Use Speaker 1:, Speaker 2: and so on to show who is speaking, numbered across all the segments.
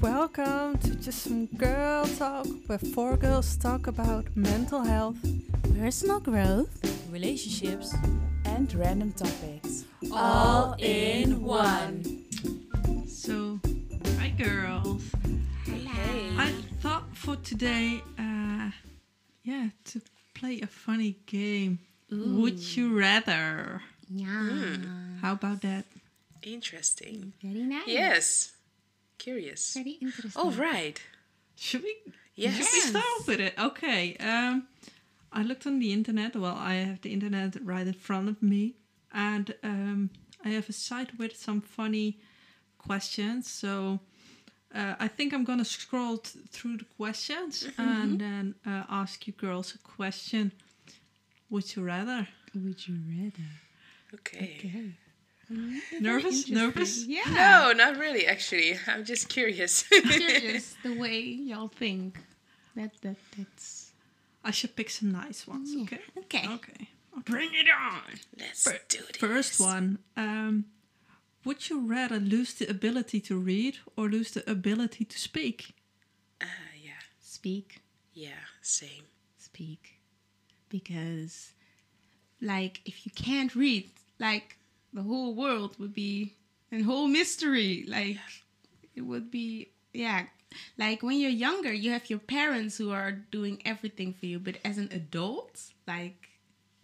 Speaker 1: Welcome to Just Some Girl Talk, where four girls talk about mental health, personal growth,
Speaker 2: relationships,
Speaker 3: and random topics.
Speaker 2: all in one.
Speaker 4: So, hi girls. I thought for today, uh, yeah, to play a funny game. Would you rather?
Speaker 5: Yeah.
Speaker 4: How about that?
Speaker 3: Interesting.
Speaker 5: Very nice.
Speaker 3: Yes. Curious.
Speaker 5: Very interesting.
Speaker 3: All right.
Speaker 4: Should we?
Speaker 3: Yes.
Speaker 4: Should we start with it? Okay. Um, I looked on the internet. Well, I have the internet right in front of me, and um, I have a site with some funny questions. So. Uh, I think I'm gonna scroll t- through the questions and then uh, ask you girls a question. Would you rather?
Speaker 1: would you rather?
Speaker 3: Okay.
Speaker 4: Nervous? Nervous?
Speaker 1: Yeah.
Speaker 3: No, not really, actually. I'm just curious.
Speaker 5: Curious the way y'all think. That that that's
Speaker 4: I should pick some nice ones, okay?
Speaker 5: okay.
Speaker 4: Okay. Bring it on!
Speaker 3: Let's do this.
Speaker 4: First one. Um, would you rather lose the ability to read or lose the ability to speak?
Speaker 3: Ah, yeah.
Speaker 5: Speak,
Speaker 3: Yeah, same.
Speaker 5: speak, because like if you can't read, like the whole world would be a whole mystery. Like it would be yeah. Like when you're younger, you have your parents who are doing everything for you, but as an adult, like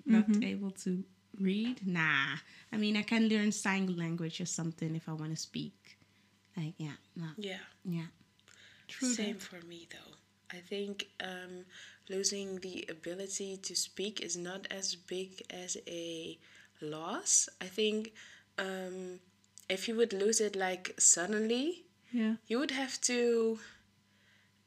Speaker 5: not able to read, nah. I mean, I can learn sign language or something if I want to speak. Like yeah, no,
Speaker 3: Yeah.
Speaker 5: yeah.
Speaker 3: Same for me, though. I think um, losing the ability to speak is not as big as a loss. I think um, if you would lose it like suddenly,
Speaker 4: Yeah.
Speaker 3: you would have to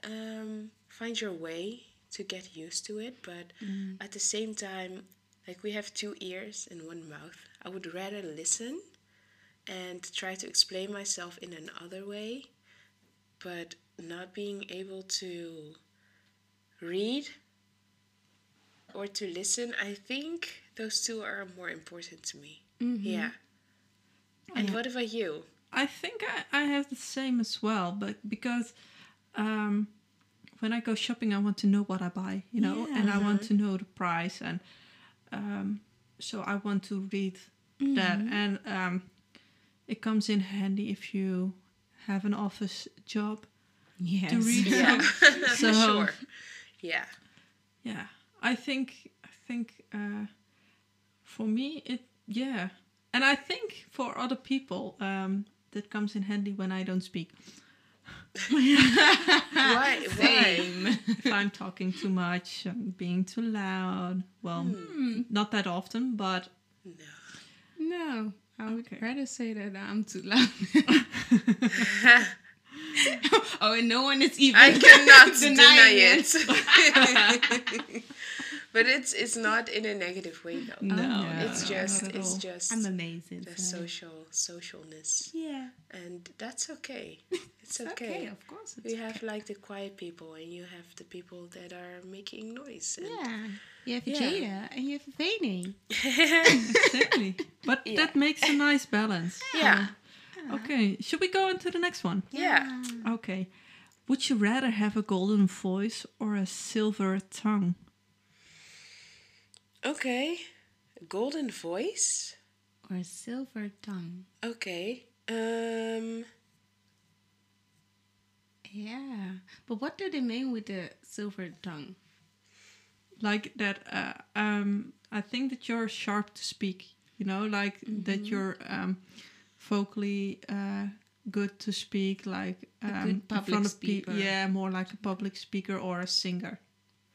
Speaker 3: um, find your way to get used to it but at the same time like we have two ears and one mouth i would rather listen and try to explain myself in another way but not being able to read or to listen i think those two are more important to me yeah and what about you
Speaker 4: I think I, I have the same as well, but because um, when I go shopping, I want to know what I buy, you know, and I want to know the price, and um, so I want to read that, and um, it comes in handy if you have an office job
Speaker 5: Yes.
Speaker 4: to read.
Speaker 3: yeah
Speaker 4: So
Speaker 3: for sure yeah
Speaker 4: yeah, I think I think uh, for me it yeah, and I think for other people um, that comes in handy when I don't speak.
Speaker 3: Why? Why?
Speaker 4: if I'm talking too much, I'm being too loud. Well, not that often, but
Speaker 5: No, I would
Speaker 4: Okay.
Speaker 5: rather say that I'm too loud. oh, and no one is even.
Speaker 3: I cannot
Speaker 5: denying
Speaker 3: deny it. but it's it's not in a negative way though.
Speaker 4: no,
Speaker 3: it's just
Speaker 4: not at
Speaker 3: it's
Speaker 4: all.
Speaker 3: just
Speaker 5: I'm amazing.
Speaker 3: the
Speaker 5: so-
Speaker 3: social socialness,
Speaker 5: yeah.
Speaker 3: and that's okay. It's
Speaker 5: It's
Speaker 3: okay.
Speaker 5: okay, of course. It's
Speaker 3: We have like the quiet people, and you have the people that are making noise. And
Speaker 5: yeah. You have a
Speaker 3: Yeah.
Speaker 5: Jada and you have a Vane.
Speaker 4: exactly. But that makes a nice balance.
Speaker 3: yeah,
Speaker 4: Okay, should we go into the next one?
Speaker 3: yeah.
Speaker 4: Okay. Would you rather have a golden voice or a silver tongue?
Speaker 3: Okay, golden voice.
Speaker 5: Or a silver tongue.
Speaker 3: Okay. Um.
Speaker 5: Yeah. But what do they mean with the silver tongue?
Speaker 4: Like that, uh, um, I think that you're sharp to speak, you know, like
Speaker 5: Mm-hmm.
Speaker 4: that you're um, vocally uh, good to speak, like um,
Speaker 5: good
Speaker 4: in
Speaker 5: public
Speaker 4: front of
Speaker 5: speaker.
Speaker 4: people. Yeah, more like a public speaker or a singer.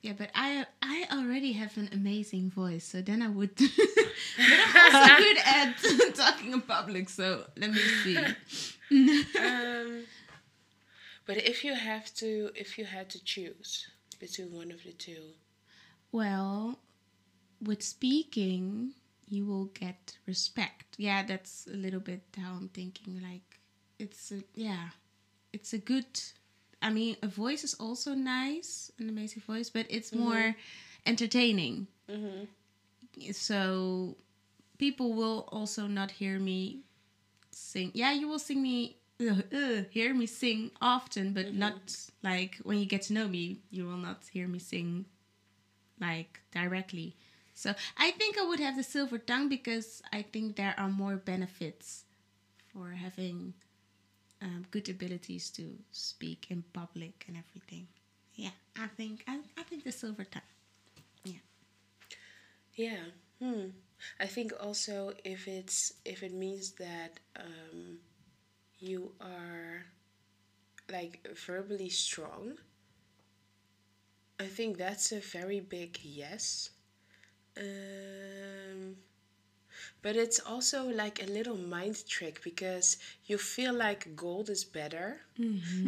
Speaker 5: Yeah, but I I already have an amazing voice, so then I would. but I'm also good at talking in public, so let me see.
Speaker 3: Um, but if you have to, if you had to choose between one of the two,
Speaker 5: Well, with speaking, you will get respect. Yeah, that's a little bit how I'm thinking. Like, it's a, yeah, it's a good. I mean, a voice is also nice, an amazing voice, but it's more entertaining. So people will also not hear me sing. Yeah, you will sing me uh, uh, hear me sing often, but not like when you get to know me, you will not hear me sing like directly. So I think I would have the silver tongue because I think there are more benefits for having um, good abilities to speak in public and everything. Yeah, I think I, I think the silver tongue.
Speaker 3: Yeah. Hmm. I think also if it's if it means that um, you are like verbally strong, I think that's a very big yes. Um, but it's also like a little mind trick because you feel like gold is better,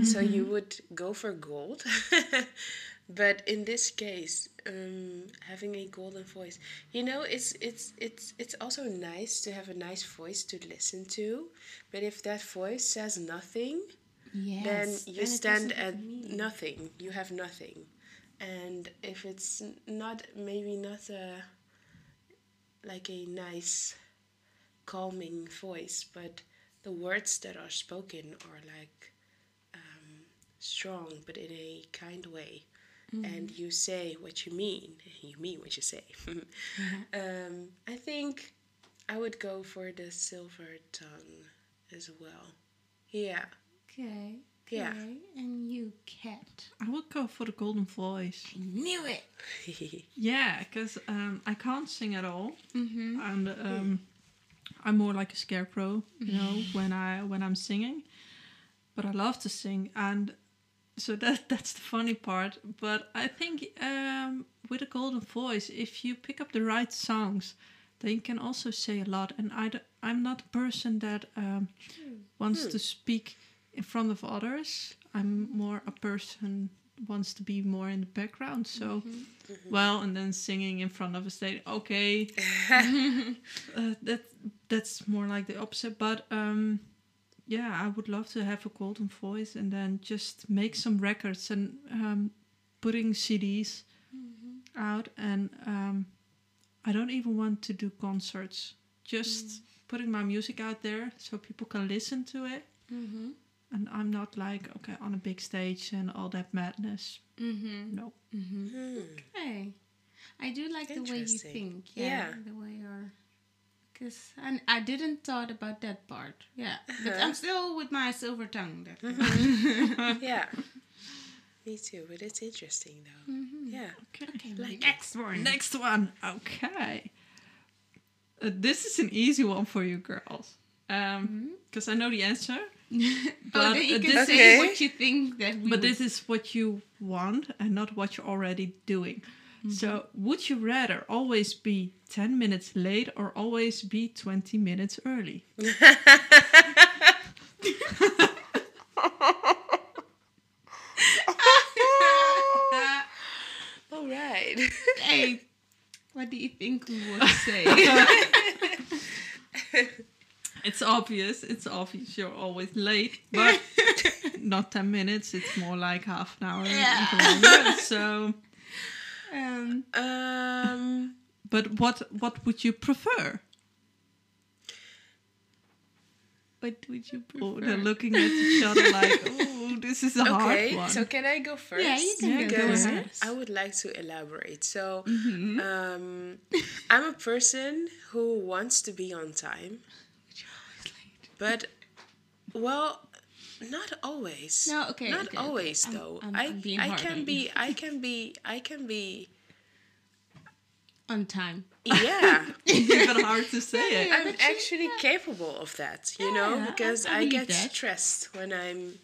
Speaker 3: so you would go for gold. but in this case, um, having a golden voice, you know, it's it's it's it's also nice to have a nice voice to listen to, but if that voice says nothing,
Speaker 5: Yes,
Speaker 3: then you
Speaker 5: and it
Speaker 3: stand
Speaker 5: doesn't have
Speaker 3: at
Speaker 5: meaning.
Speaker 3: nothing. You have nothing, and if it's n- not maybe not a like a nice, calming voice, but the words that are spoken are like um, strong, but in a kind way,
Speaker 5: Mm-hmm.
Speaker 3: and you say what you mean. You mean what you say.
Speaker 5: Mm-hmm.
Speaker 3: um, I think I would go for the silver tongue as well. Yeah.
Speaker 5: Okay.
Speaker 3: Yeah.
Speaker 5: okay. And you cat.
Speaker 4: I would go for the golden voice.
Speaker 5: I knew it.
Speaker 4: Yeah, because um, I can't sing at all, and um, I'm more like a scarecrow, you know, when I when I'm singing. But I love to sing, and so that that's the funny part. But I think um, with a golden voice, if you pick up the right songs, then you can also say a lot. And I d- I'm not a person that um, wants to speak in front of others. I'm more a person wants to be more in the background. So well, and then singing in front of a stage. Okay, uh, that that's more like the opposite. But um, yeah, I would love to have a golden voice and then just make some records and um, putting CDs out. And um, I don't even want to do concerts. Just putting my music out there so people can listen to it. And I'm not like okay on a big stage and all that madness. Mm-hmm. No.
Speaker 5: Hey, I do like the way you
Speaker 3: Interesting.
Speaker 5: think. Yeah,
Speaker 3: Yeah.
Speaker 5: the way you're. Because I, I didn't thought about that part. Yeah, but
Speaker 3: Uh-huh.
Speaker 5: I'm still with my silver tongue. That
Speaker 3: Mm-hmm. yeah. Me too, but it's interesting though.
Speaker 5: Mm-hmm.
Speaker 3: Yeah.
Speaker 5: okay, my next one.
Speaker 4: Next one. Okay. Uh, this is an easy one for you girls. Because I know the answer.
Speaker 5: oh,
Speaker 4: But,
Speaker 5: then you
Speaker 4: uh,
Speaker 5: can
Speaker 4: this
Speaker 5: say
Speaker 3: is-
Speaker 5: what you think that we.
Speaker 4: But
Speaker 5: would-
Speaker 4: this is what you want and not what you're already doing. So, would you rather always be 10 minutes late or always be 20 minutes early?
Speaker 3: All right.
Speaker 5: hey, what do you think we would say?
Speaker 4: It's obvious. It's obvious you're always late, but not 10 minutes. It's more like half an hour.
Speaker 5: Yeah.
Speaker 4: Even longer. So,
Speaker 5: um,
Speaker 3: um
Speaker 4: but what what would you prefer?
Speaker 5: what would you prefer?
Speaker 4: Oh, they're looking at each other like, oh, this is a hard
Speaker 3: okay,
Speaker 4: one.
Speaker 3: so can I go first?
Speaker 5: Yeah, you can
Speaker 4: Yeah,
Speaker 5: go
Speaker 4: go
Speaker 5: first.
Speaker 4: ahead. Mm-hmm.
Speaker 3: I would like to elaborate. So, um, I'm a person who wants to be on time, but well, not always.
Speaker 5: No, okay,
Speaker 3: Not
Speaker 5: okay, okay.
Speaker 3: always
Speaker 5: I'm-
Speaker 3: though.
Speaker 5: I'm-
Speaker 3: I
Speaker 5: I'm being
Speaker 3: I
Speaker 5: hard on
Speaker 3: can
Speaker 5: you.
Speaker 3: be I can be I can be
Speaker 5: On time.
Speaker 3: yeah.
Speaker 4: even hard to say it.
Speaker 5: Yeah,
Speaker 3: I'm
Speaker 5: but you-
Speaker 3: actually capable of that, you know,
Speaker 5: Yeah, I-
Speaker 3: because
Speaker 5: I
Speaker 3: I,
Speaker 5: believe
Speaker 3: get
Speaker 5: that.
Speaker 3: stressed when I'm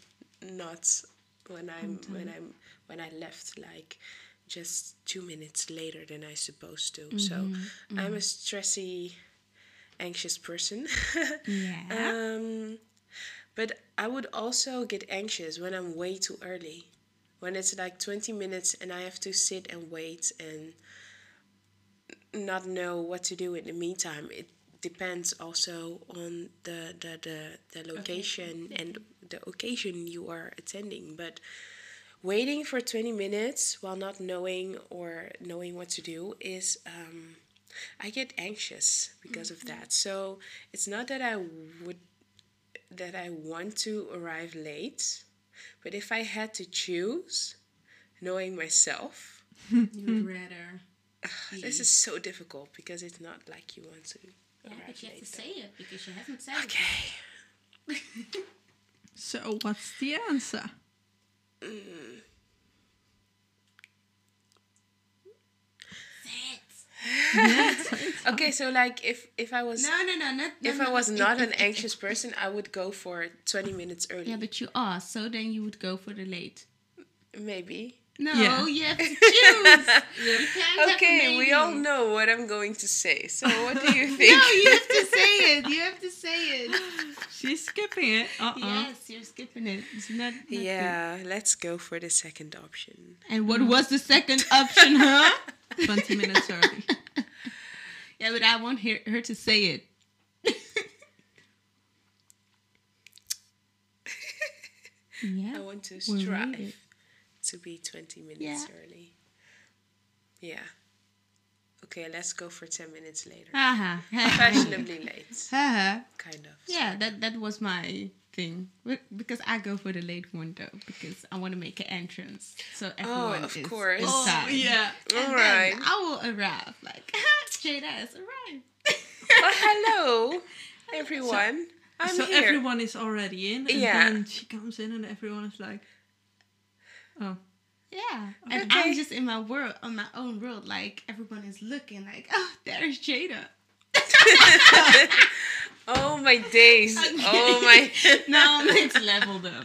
Speaker 3: not when I'm when I'm when I left like just 2 minutes later than I supposed to. So,
Speaker 5: Mm-hmm,
Speaker 3: I'm a stressy anxious person.
Speaker 5: Yeah.
Speaker 3: um but I would also get anxious when I'm way too early. When it's like 20 minutes and I have to sit and wait and not know what to do in the meantime. It depends also on the the, the, the location and the occasion you are attending. But waiting for 20 minutes while not knowing or knowing what to do is um, I get anxious because of that. So it's not that I would that I want to arrive late, but if I had to choose, knowing myself,
Speaker 5: You'd
Speaker 4: Mm-hmm.
Speaker 5: rather.
Speaker 3: this is so difficult because it's not like you want to
Speaker 2: Yeah,
Speaker 3: arrive
Speaker 2: but you have
Speaker 3: late.
Speaker 2: to say it because you haven't said it.
Speaker 3: Okay.
Speaker 4: So what's the answer?
Speaker 3: Okay, so like if if I was
Speaker 5: No, no, no, not.
Speaker 3: if
Speaker 5: no,
Speaker 3: I
Speaker 5: no,
Speaker 3: was
Speaker 5: it-
Speaker 3: not
Speaker 5: it-
Speaker 3: an
Speaker 5: it-
Speaker 3: anxious person, I would go for twenty minutes early.
Speaker 5: Yeah, but you are. So then you would go for the late.
Speaker 3: Maybe.
Speaker 5: No,
Speaker 4: Yeah.
Speaker 5: you have to choose. you can't have
Speaker 3: Okay, we all
Speaker 5: maybe.
Speaker 3: know what I'm going to say. So what do you think?
Speaker 5: No, you have to say it. You have to say it.
Speaker 3: Uh-huh.
Speaker 4: She's skipping it. Uh uh
Speaker 5: Yes, you're skipping it. It's not. not good.
Speaker 3: yeah, let's go for the second option.
Speaker 5: And what was the second option, huh?
Speaker 4: 20 minutes early.
Speaker 5: Yeah, but I want her, her to say it.
Speaker 3: I
Speaker 5: yeah.
Speaker 3: want to
Speaker 5: we'll read
Speaker 3: strive
Speaker 5: it.
Speaker 3: to be 20 minutes
Speaker 5: Yeah.
Speaker 3: early. Yeah. Okay, let's go for 10 minutes later.
Speaker 5: Uh-huh.
Speaker 3: Fashionably late,
Speaker 5: uh-huh.
Speaker 3: kind of.
Speaker 5: Yeah, that that was my thing. Be- Because I go for the late one though, because I want to make an entrance. So everyone
Speaker 3: of
Speaker 5: is
Speaker 3: course. Oh,
Speaker 5: Inside.
Speaker 4: yeah.
Speaker 5: And
Speaker 3: All
Speaker 5: then
Speaker 3: right.
Speaker 5: I will arrive. Like, Jada has arrived.
Speaker 3: Well, hello, everyone. I'm
Speaker 4: so
Speaker 3: here.
Speaker 4: everyone is already in, and
Speaker 3: Yeah.
Speaker 4: then she comes in, and everyone is like, "Oh,
Speaker 5: Yeah, and
Speaker 3: Okay.
Speaker 5: I'm just in my world, on my own world. Like everyone is looking, like, oh, there's Jada.
Speaker 3: oh, my days. Oh, my.
Speaker 5: no, it's level though.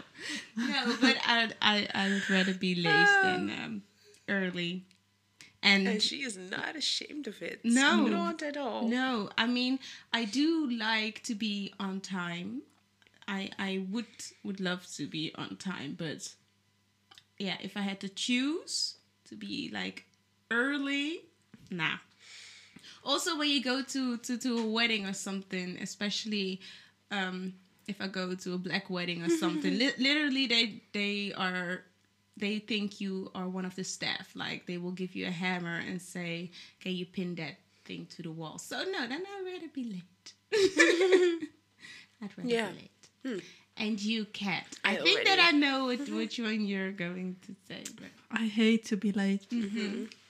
Speaker 5: No, but I I I would rather be late than um, early. And,
Speaker 3: And she is not ashamed of it.
Speaker 5: No.
Speaker 3: Not at all.
Speaker 5: no, I mean I do like to be on time. I I would would love to be on time, but yeah, if I had to choose to be like early, nah. Also, when you go to to to a wedding or something, especially um if I go to a black wedding or something, li- literally they they are they think you are one of the staff. Like they will give you a hammer and say, "Can you pin that thing to the wall?" So no, then I'd rather be late. I'd rather
Speaker 3: Yeah. Hmm.
Speaker 5: be late. And you, Kat. I,
Speaker 3: I
Speaker 5: think that
Speaker 3: already-
Speaker 5: I
Speaker 3: Mm-hmm.
Speaker 5: know what, which one you're going to say. But
Speaker 4: I hate to be late,"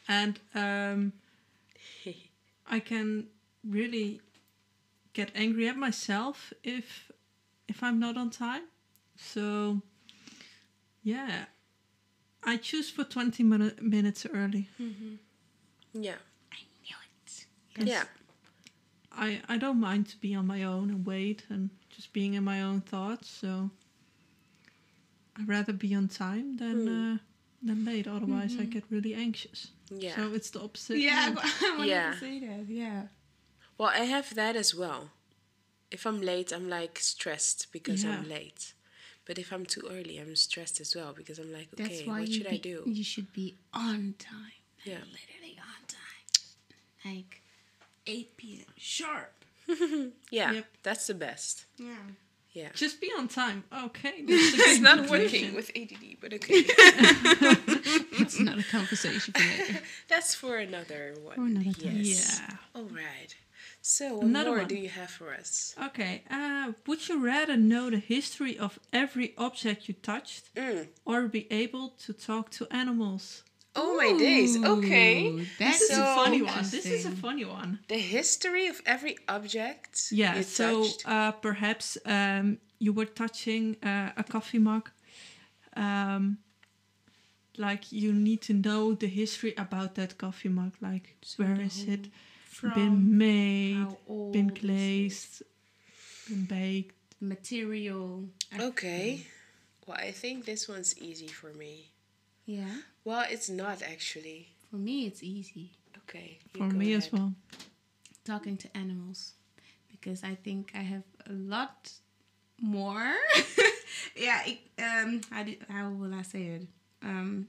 Speaker 4: and um, I can really get angry at myself if if I'm not on time. So, yeah, I choose for twenty minu- minutes early.
Speaker 3: Yeah.
Speaker 5: I knew it.
Speaker 3: Yeah.
Speaker 4: I I don't mind to be on my own and wait and just being in my own thoughts. So I'd rather be on time than uh, than late. Otherwise, I get really anxious.
Speaker 3: Yeah.
Speaker 4: So it's the opposite.
Speaker 5: Yeah,
Speaker 4: end.
Speaker 5: I wanted
Speaker 3: Yeah.
Speaker 5: to say that. Yeah.
Speaker 3: Well, I have that as well. If I'm late, I'm like stressed because I'm
Speaker 4: Yeah.
Speaker 3: late. But if I'm too early, I'm stressed as well because I'm like,
Speaker 5: That's
Speaker 3: okay,
Speaker 5: why
Speaker 3: what
Speaker 5: you
Speaker 3: should I
Speaker 5: be-
Speaker 4: Mm.
Speaker 3: do?
Speaker 5: You should be on time.
Speaker 3: Yeah.
Speaker 5: Literally on time. Like 8 p.m. sharp.
Speaker 3: Yeah,
Speaker 4: Yep.
Speaker 3: that's the best.
Speaker 5: Yeah.
Speaker 3: Yeah.
Speaker 4: Just be on time. Okay. this is-
Speaker 3: It's not working with ADD, but okay.
Speaker 5: It's not a conversation for later.
Speaker 3: that's for another one.
Speaker 5: another time.
Speaker 3: yes.
Speaker 4: yeah.
Speaker 3: All right. So, what
Speaker 4: Another
Speaker 3: more
Speaker 4: one.
Speaker 3: do you have for us?
Speaker 4: Okay. Uh, would you rather know the history of every object you touched, or be able to talk to animals?
Speaker 3: Oh my days. Okay.
Speaker 5: Ooh, That's
Speaker 4: This is a
Speaker 3: So-
Speaker 4: funny one. This is a funny one.
Speaker 3: The history of every object
Speaker 4: Yeah,
Speaker 3: you
Speaker 4: so
Speaker 3: touched.
Speaker 4: uh, perhaps um, you were touching uh, a coffee mug. Um, like you need to know the history about that coffee mug. Like where is it been made,
Speaker 5: how old
Speaker 4: been
Speaker 5: is it?
Speaker 4: glazed, been baked?
Speaker 5: material.
Speaker 3: Oh. okay.
Speaker 4: Mm.
Speaker 3: Well, I think this one's easy for me.
Speaker 5: Yeah.
Speaker 3: Well, it's not actually.
Speaker 5: For me, it's easy
Speaker 3: Okay. you
Speaker 4: For
Speaker 3: go
Speaker 4: me as
Speaker 3: ahead.
Speaker 4: well.
Speaker 5: talking to animals because I think I have a lot more. yeah. It, um. How do, How will I say it? Um.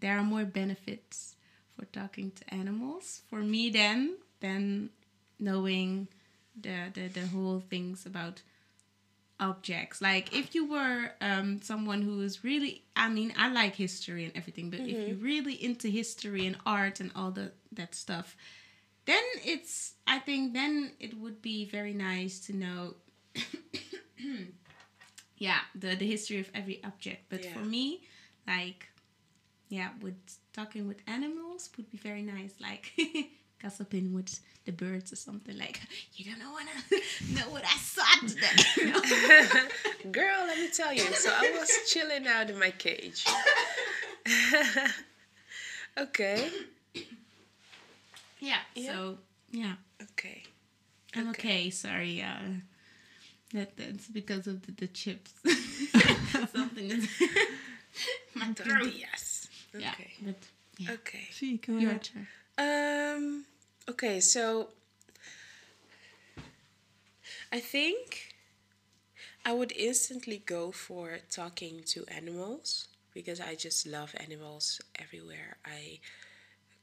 Speaker 5: There are more benefits for talking to animals for me than than knowing the the, the whole things about objects. Like if you were um, someone who is really, I mean, I like history and everything, but if you're really into history and art and all the that stuff, then it's. I think then it would be very nice to know yeah the the history of every object but
Speaker 3: Yeah.
Speaker 5: for me like yeah with talking with animals would be very nice like gossiping with the birds or something like you don't wanna know what i saw today you know?
Speaker 3: Girl, let me tell you. So I was chilling out in my cage. okay.
Speaker 5: yeah,
Speaker 3: Yeah.
Speaker 5: so yeah
Speaker 3: Okay.
Speaker 5: i'm okay, sorry uh that that's because of the, the chips something is my
Speaker 3: Oh,
Speaker 5: throat
Speaker 3: yes.
Speaker 5: yeah
Speaker 3: Okay.
Speaker 5: but yeah.
Speaker 3: Okay.
Speaker 4: Zie ik hoor.
Speaker 5: your turn
Speaker 3: Um. Okay. So I think I would instantly go for talking to animals because I just love animals everywhere I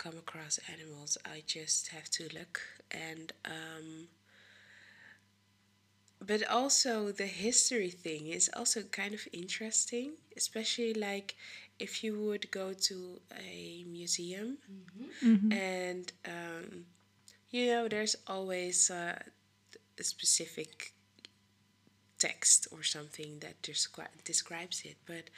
Speaker 3: come across animals. I just have to look and um. But also the history thing is also kind of interesting, especially like if you would go to a museum and um, you know there's always uh, a specific text or something that descri- describes it but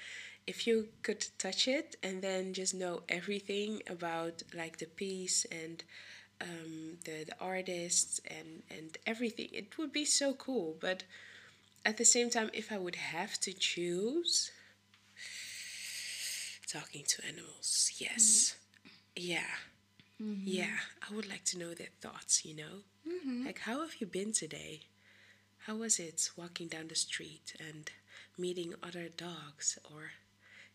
Speaker 3: if you could touch it and then just know everything about like the piece and um, the, the artists and, and everything it would be so cool but at the same time if i would have to choose talking to animals yes yeah yeah, I would like to know their thoughts, you know? Like, how have you been today? How was it walking down the street and meeting other dogs? Or,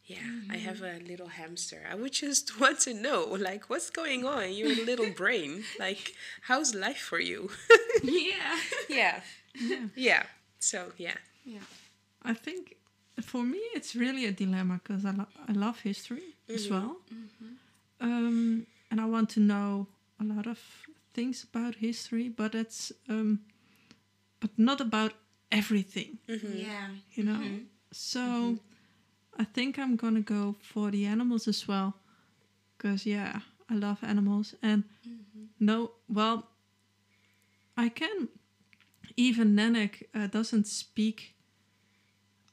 Speaker 3: yeah, I have a little hamster. I would just want to know, like, what's going on in your little brain? Like, how's life for you?
Speaker 5: yeah
Speaker 3: yeah. Yeah. So, yeah.
Speaker 4: I think for me it's really a dilemma because I, lo- I love history as well. Um, and I want to know a lot of things about history, but it's um, but not about everything,
Speaker 5: yeah
Speaker 4: you know. So I think I'm gonna go for the animals as well, because yeah, I love animals and no, well, I can. Even Nanak uh, doesn't speak.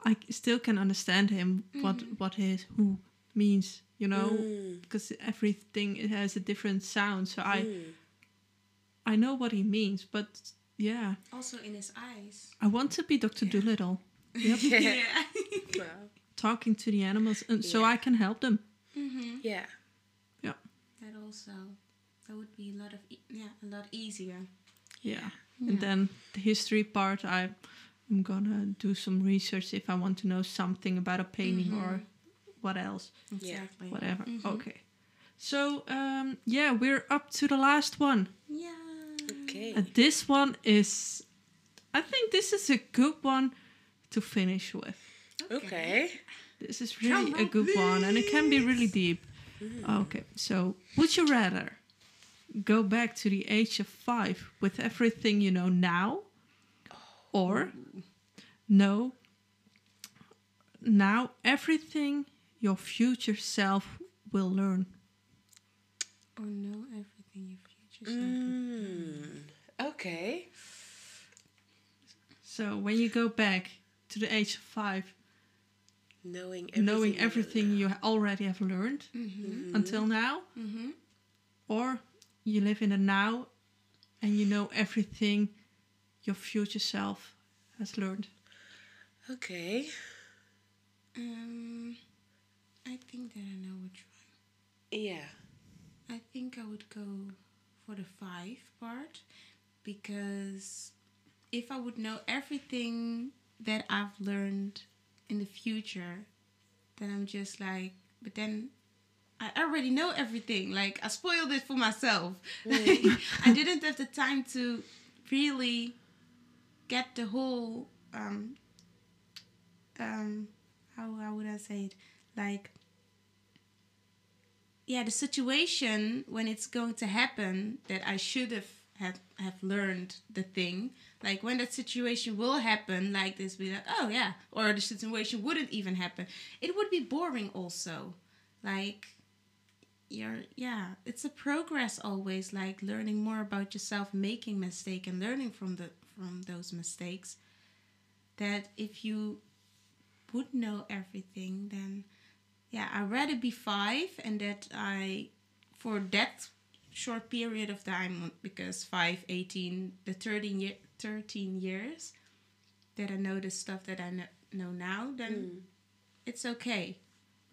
Speaker 4: I c- still can understand him. What what his who means, you know,
Speaker 3: Mm.
Speaker 4: because everything it has a different sound. So I I know what he means, but yeah,
Speaker 5: also in his eyes
Speaker 4: I want to be Doctor Doolittle. Yep.
Speaker 5: yeah
Speaker 3: Wow.
Speaker 4: talking to the animals and so
Speaker 3: Yeah.
Speaker 4: I can help them.
Speaker 5: Mm-hmm.
Speaker 3: Yeah.
Speaker 4: Yeah.
Speaker 5: That also that would be a lot of e- yeah a lot easier.
Speaker 4: Yeah. And then the history part I I'm gonna do some research if I want to know something about a painting or what else.
Speaker 5: Exactly.
Speaker 4: Whatever. Okay. So um yeah, we're up to the last one.
Speaker 5: Yeah.
Speaker 3: Okay.
Speaker 4: And this one is I think this is a good one to finish with.
Speaker 3: Okay.
Speaker 4: This is really a good one, and it can be really deep. Oh, Okay, so would you rather go back to the age of five with everything you know now, or know now everything your future self will learn?
Speaker 5: Or know Oh, everything your future
Speaker 3: Hmm. Okay.
Speaker 4: So when you go back to the age of five,
Speaker 3: Knowing everything.
Speaker 4: knowing
Speaker 3: about-
Speaker 4: everything you already have learned until now, or you live in the now and you know everything your future self has learned.
Speaker 3: Okay.
Speaker 5: Um, I think that I know which
Speaker 3: Yeah.
Speaker 5: one. I think I would go for the five part because if I would know everything that I've learned in the future, then I'm just like, but then I already know everything. Like I spoiled it for myself. I didn't have the time to really get the whole um um how how would I say it? Like yeah, the situation when it's going to happen that I should have have, have learned the thing. Like when that situation will happen, like this, be like, oh yeah, or the situation wouldn't even happen. It would be boring also. Like you're yeah it's a progress always like learning more about yourself making mistake and learning from the from those mistakes that if you would know everything, then yeah, I'd rather be five and that I, for that short period of time, because 5, 18, the 13, year, 13 years, that I know the stuff that I kn- know now, then
Speaker 3: Mm.
Speaker 5: it's okay.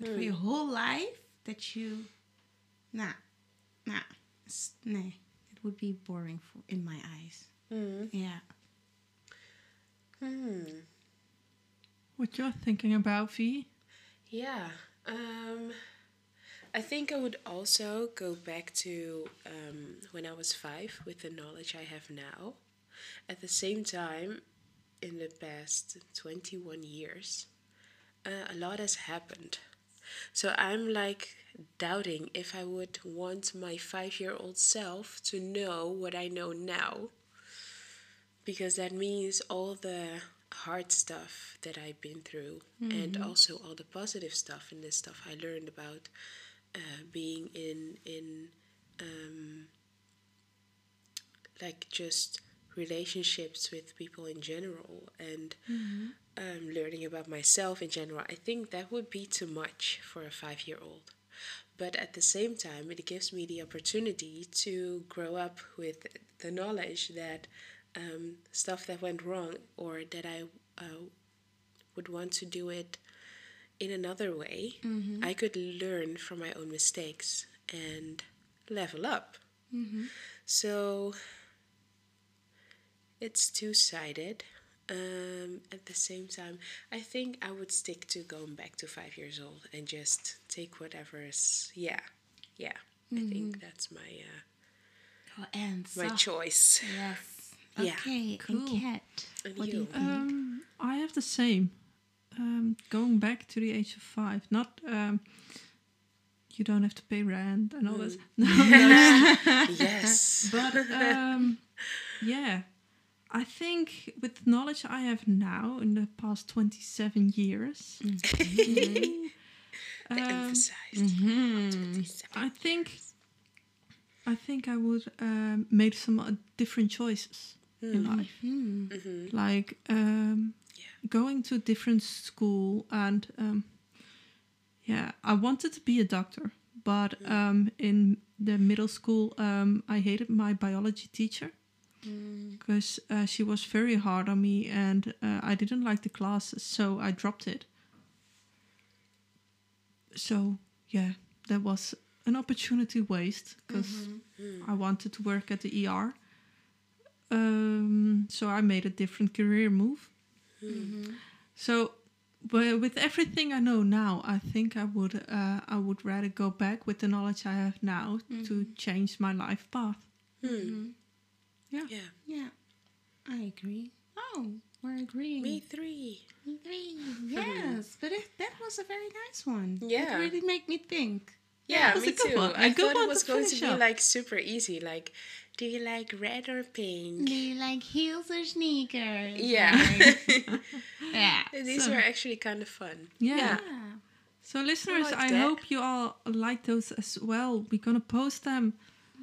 Speaker 5: But for your whole life, that you, nah, nah, s- nah, it would be boring for, in my eyes.
Speaker 3: Mm.
Speaker 5: Yeah.
Speaker 3: Hmm.
Speaker 4: What you're thinking about, V?
Speaker 3: Yeah. Um, I think I would also go back to um, when I was five with the knowledge I have now. At the same time, in the past 21 years, uh, a lot has happened. So I'm like doubting if I would want my five year old self to know what I know now. Because that means all the hard stuff that I've been through and also all the positive stuff and the stuff I learned about uh, being in, in, um, like just relationships with people in general and um, learning about myself in general, I think that would be too much for a five year old. But at the same time, it gives me the opportunity to grow up with the knowledge that um, stuff that went wrong or that I uh, would want to do it in another way, I could learn from my own mistakes and level up. So it's two sided. Um, at the same time, I think I would stick to going back to five years old and just take whatever is. Yeah, yeah. I
Speaker 4: Mm-hmm.
Speaker 3: think that's my uh,
Speaker 5: Oh, and
Speaker 3: my
Speaker 5: soft.
Speaker 3: choice.
Speaker 5: Yes.
Speaker 3: Yeah.
Speaker 5: Okay,
Speaker 4: Cool.
Speaker 5: and cat.
Speaker 3: And
Speaker 5: What do
Speaker 3: you?
Speaker 5: you
Speaker 4: Um, I have the same. Um, going back to the age of five, not um, you don't have to pay rent and all this.
Speaker 3: yes.
Speaker 4: but um, yeah, I think with the knowledge I have now in the past twenty-seven years,
Speaker 3: I
Speaker 4: um, mm-hmm.
Speaker 3: emphasized. Mm-hmm.
Speaker 4: I think I think I would um, make some uh, different choices in life,
Speaker 5: Mm-hmm.
Speaker 4: like um, going to a different school and um, yeah, I wanted to be a doctor, but um, in the middle school um, I hated my biology teacher because uh, she was very hard on me and uh, I didn't like the classes, so I dropped it. So yeah, that was an opportunity waste because I wanted to work at the ER. Um, so I made a different career move.
Speaker 5: Mm-hmm.
Speaker 4: So, but with everything I know now, I think I would uh, I would rather go back with the knowledge I have now to change my life path.
Speaker 3: Hmm.
Speaker 4: mm-hmm.
Speaker 3: Yeah.
Speaker 5: Mm-hmm. Yeah, I agree. Oh, we're agreeing.
Speaker 3: Me three.
Speaker 5: Me three. Yes, but it, that was a very nice one.
Speaker 3: Yeah.
Speaker 5: It really made me think.
Speaker 3: Yeah,
Speaker 4: that's
Speaker 3: me
Speaker 4: a good
Speaker 3: too.
Speaker 4: one. A
Speaker 3: I
Speaker 4: good
Speaker 3: thought
Speaker 4: one
Speaker 3: it
Speaker 4: to
Speaker 3: was going to
Speaker 4: finish
Speaker 3: be
Speaker 4: up.
Speaker 3: like super easy. Like, do you like red or pink?
Speaker 5: Do you like heels or sneakers?
Speaker 3: Yeah.
Speaker 5: yeah.
Speaker 3: These were actually kind of fun.
Speaker 4: yeah.
Speaker 5: Yeah.
Speaker 4: So, listeners,
Speaker 3: like
Speaker 4: I
Speaker 3: that.
Speaker 4: hope you all like those as well. We're gonna post them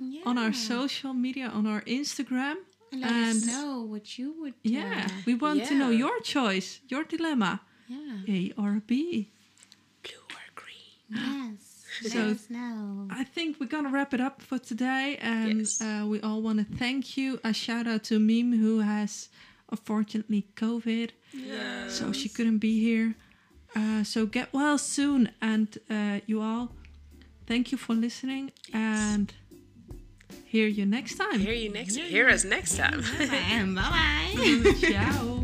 Speaker 5: yeah.
Speaker 4: on our social media, on our Instagram,
Speaker 5: And Let us know what you would do.
Speaker 4: yeah, we want to know
Speaker 3: Yeah.
Speaker 4: your choice, your dilemma,
Speaker 5: Yeah.
Speaker 4: A or B.
Speaker 3: Blue or green?
Speaker 5: Yes. Let
Speaker 4: So-
Speaker 5: us know.
Speaker 4: I think we're gonna wrap it up for today, and
Speaker 3: Yes.
Speaker 4: uh, we all want to thank you. A shout out to Mim who has unfortunately COVID, so she couldn't be here. Uh, so get well soon, and uh, you all, thank you for listening, and hear you next time.
Speaker 3: Hear you next. Hear us next time.
Speaker 5: And bye bye.
Speaker 4: Ciao.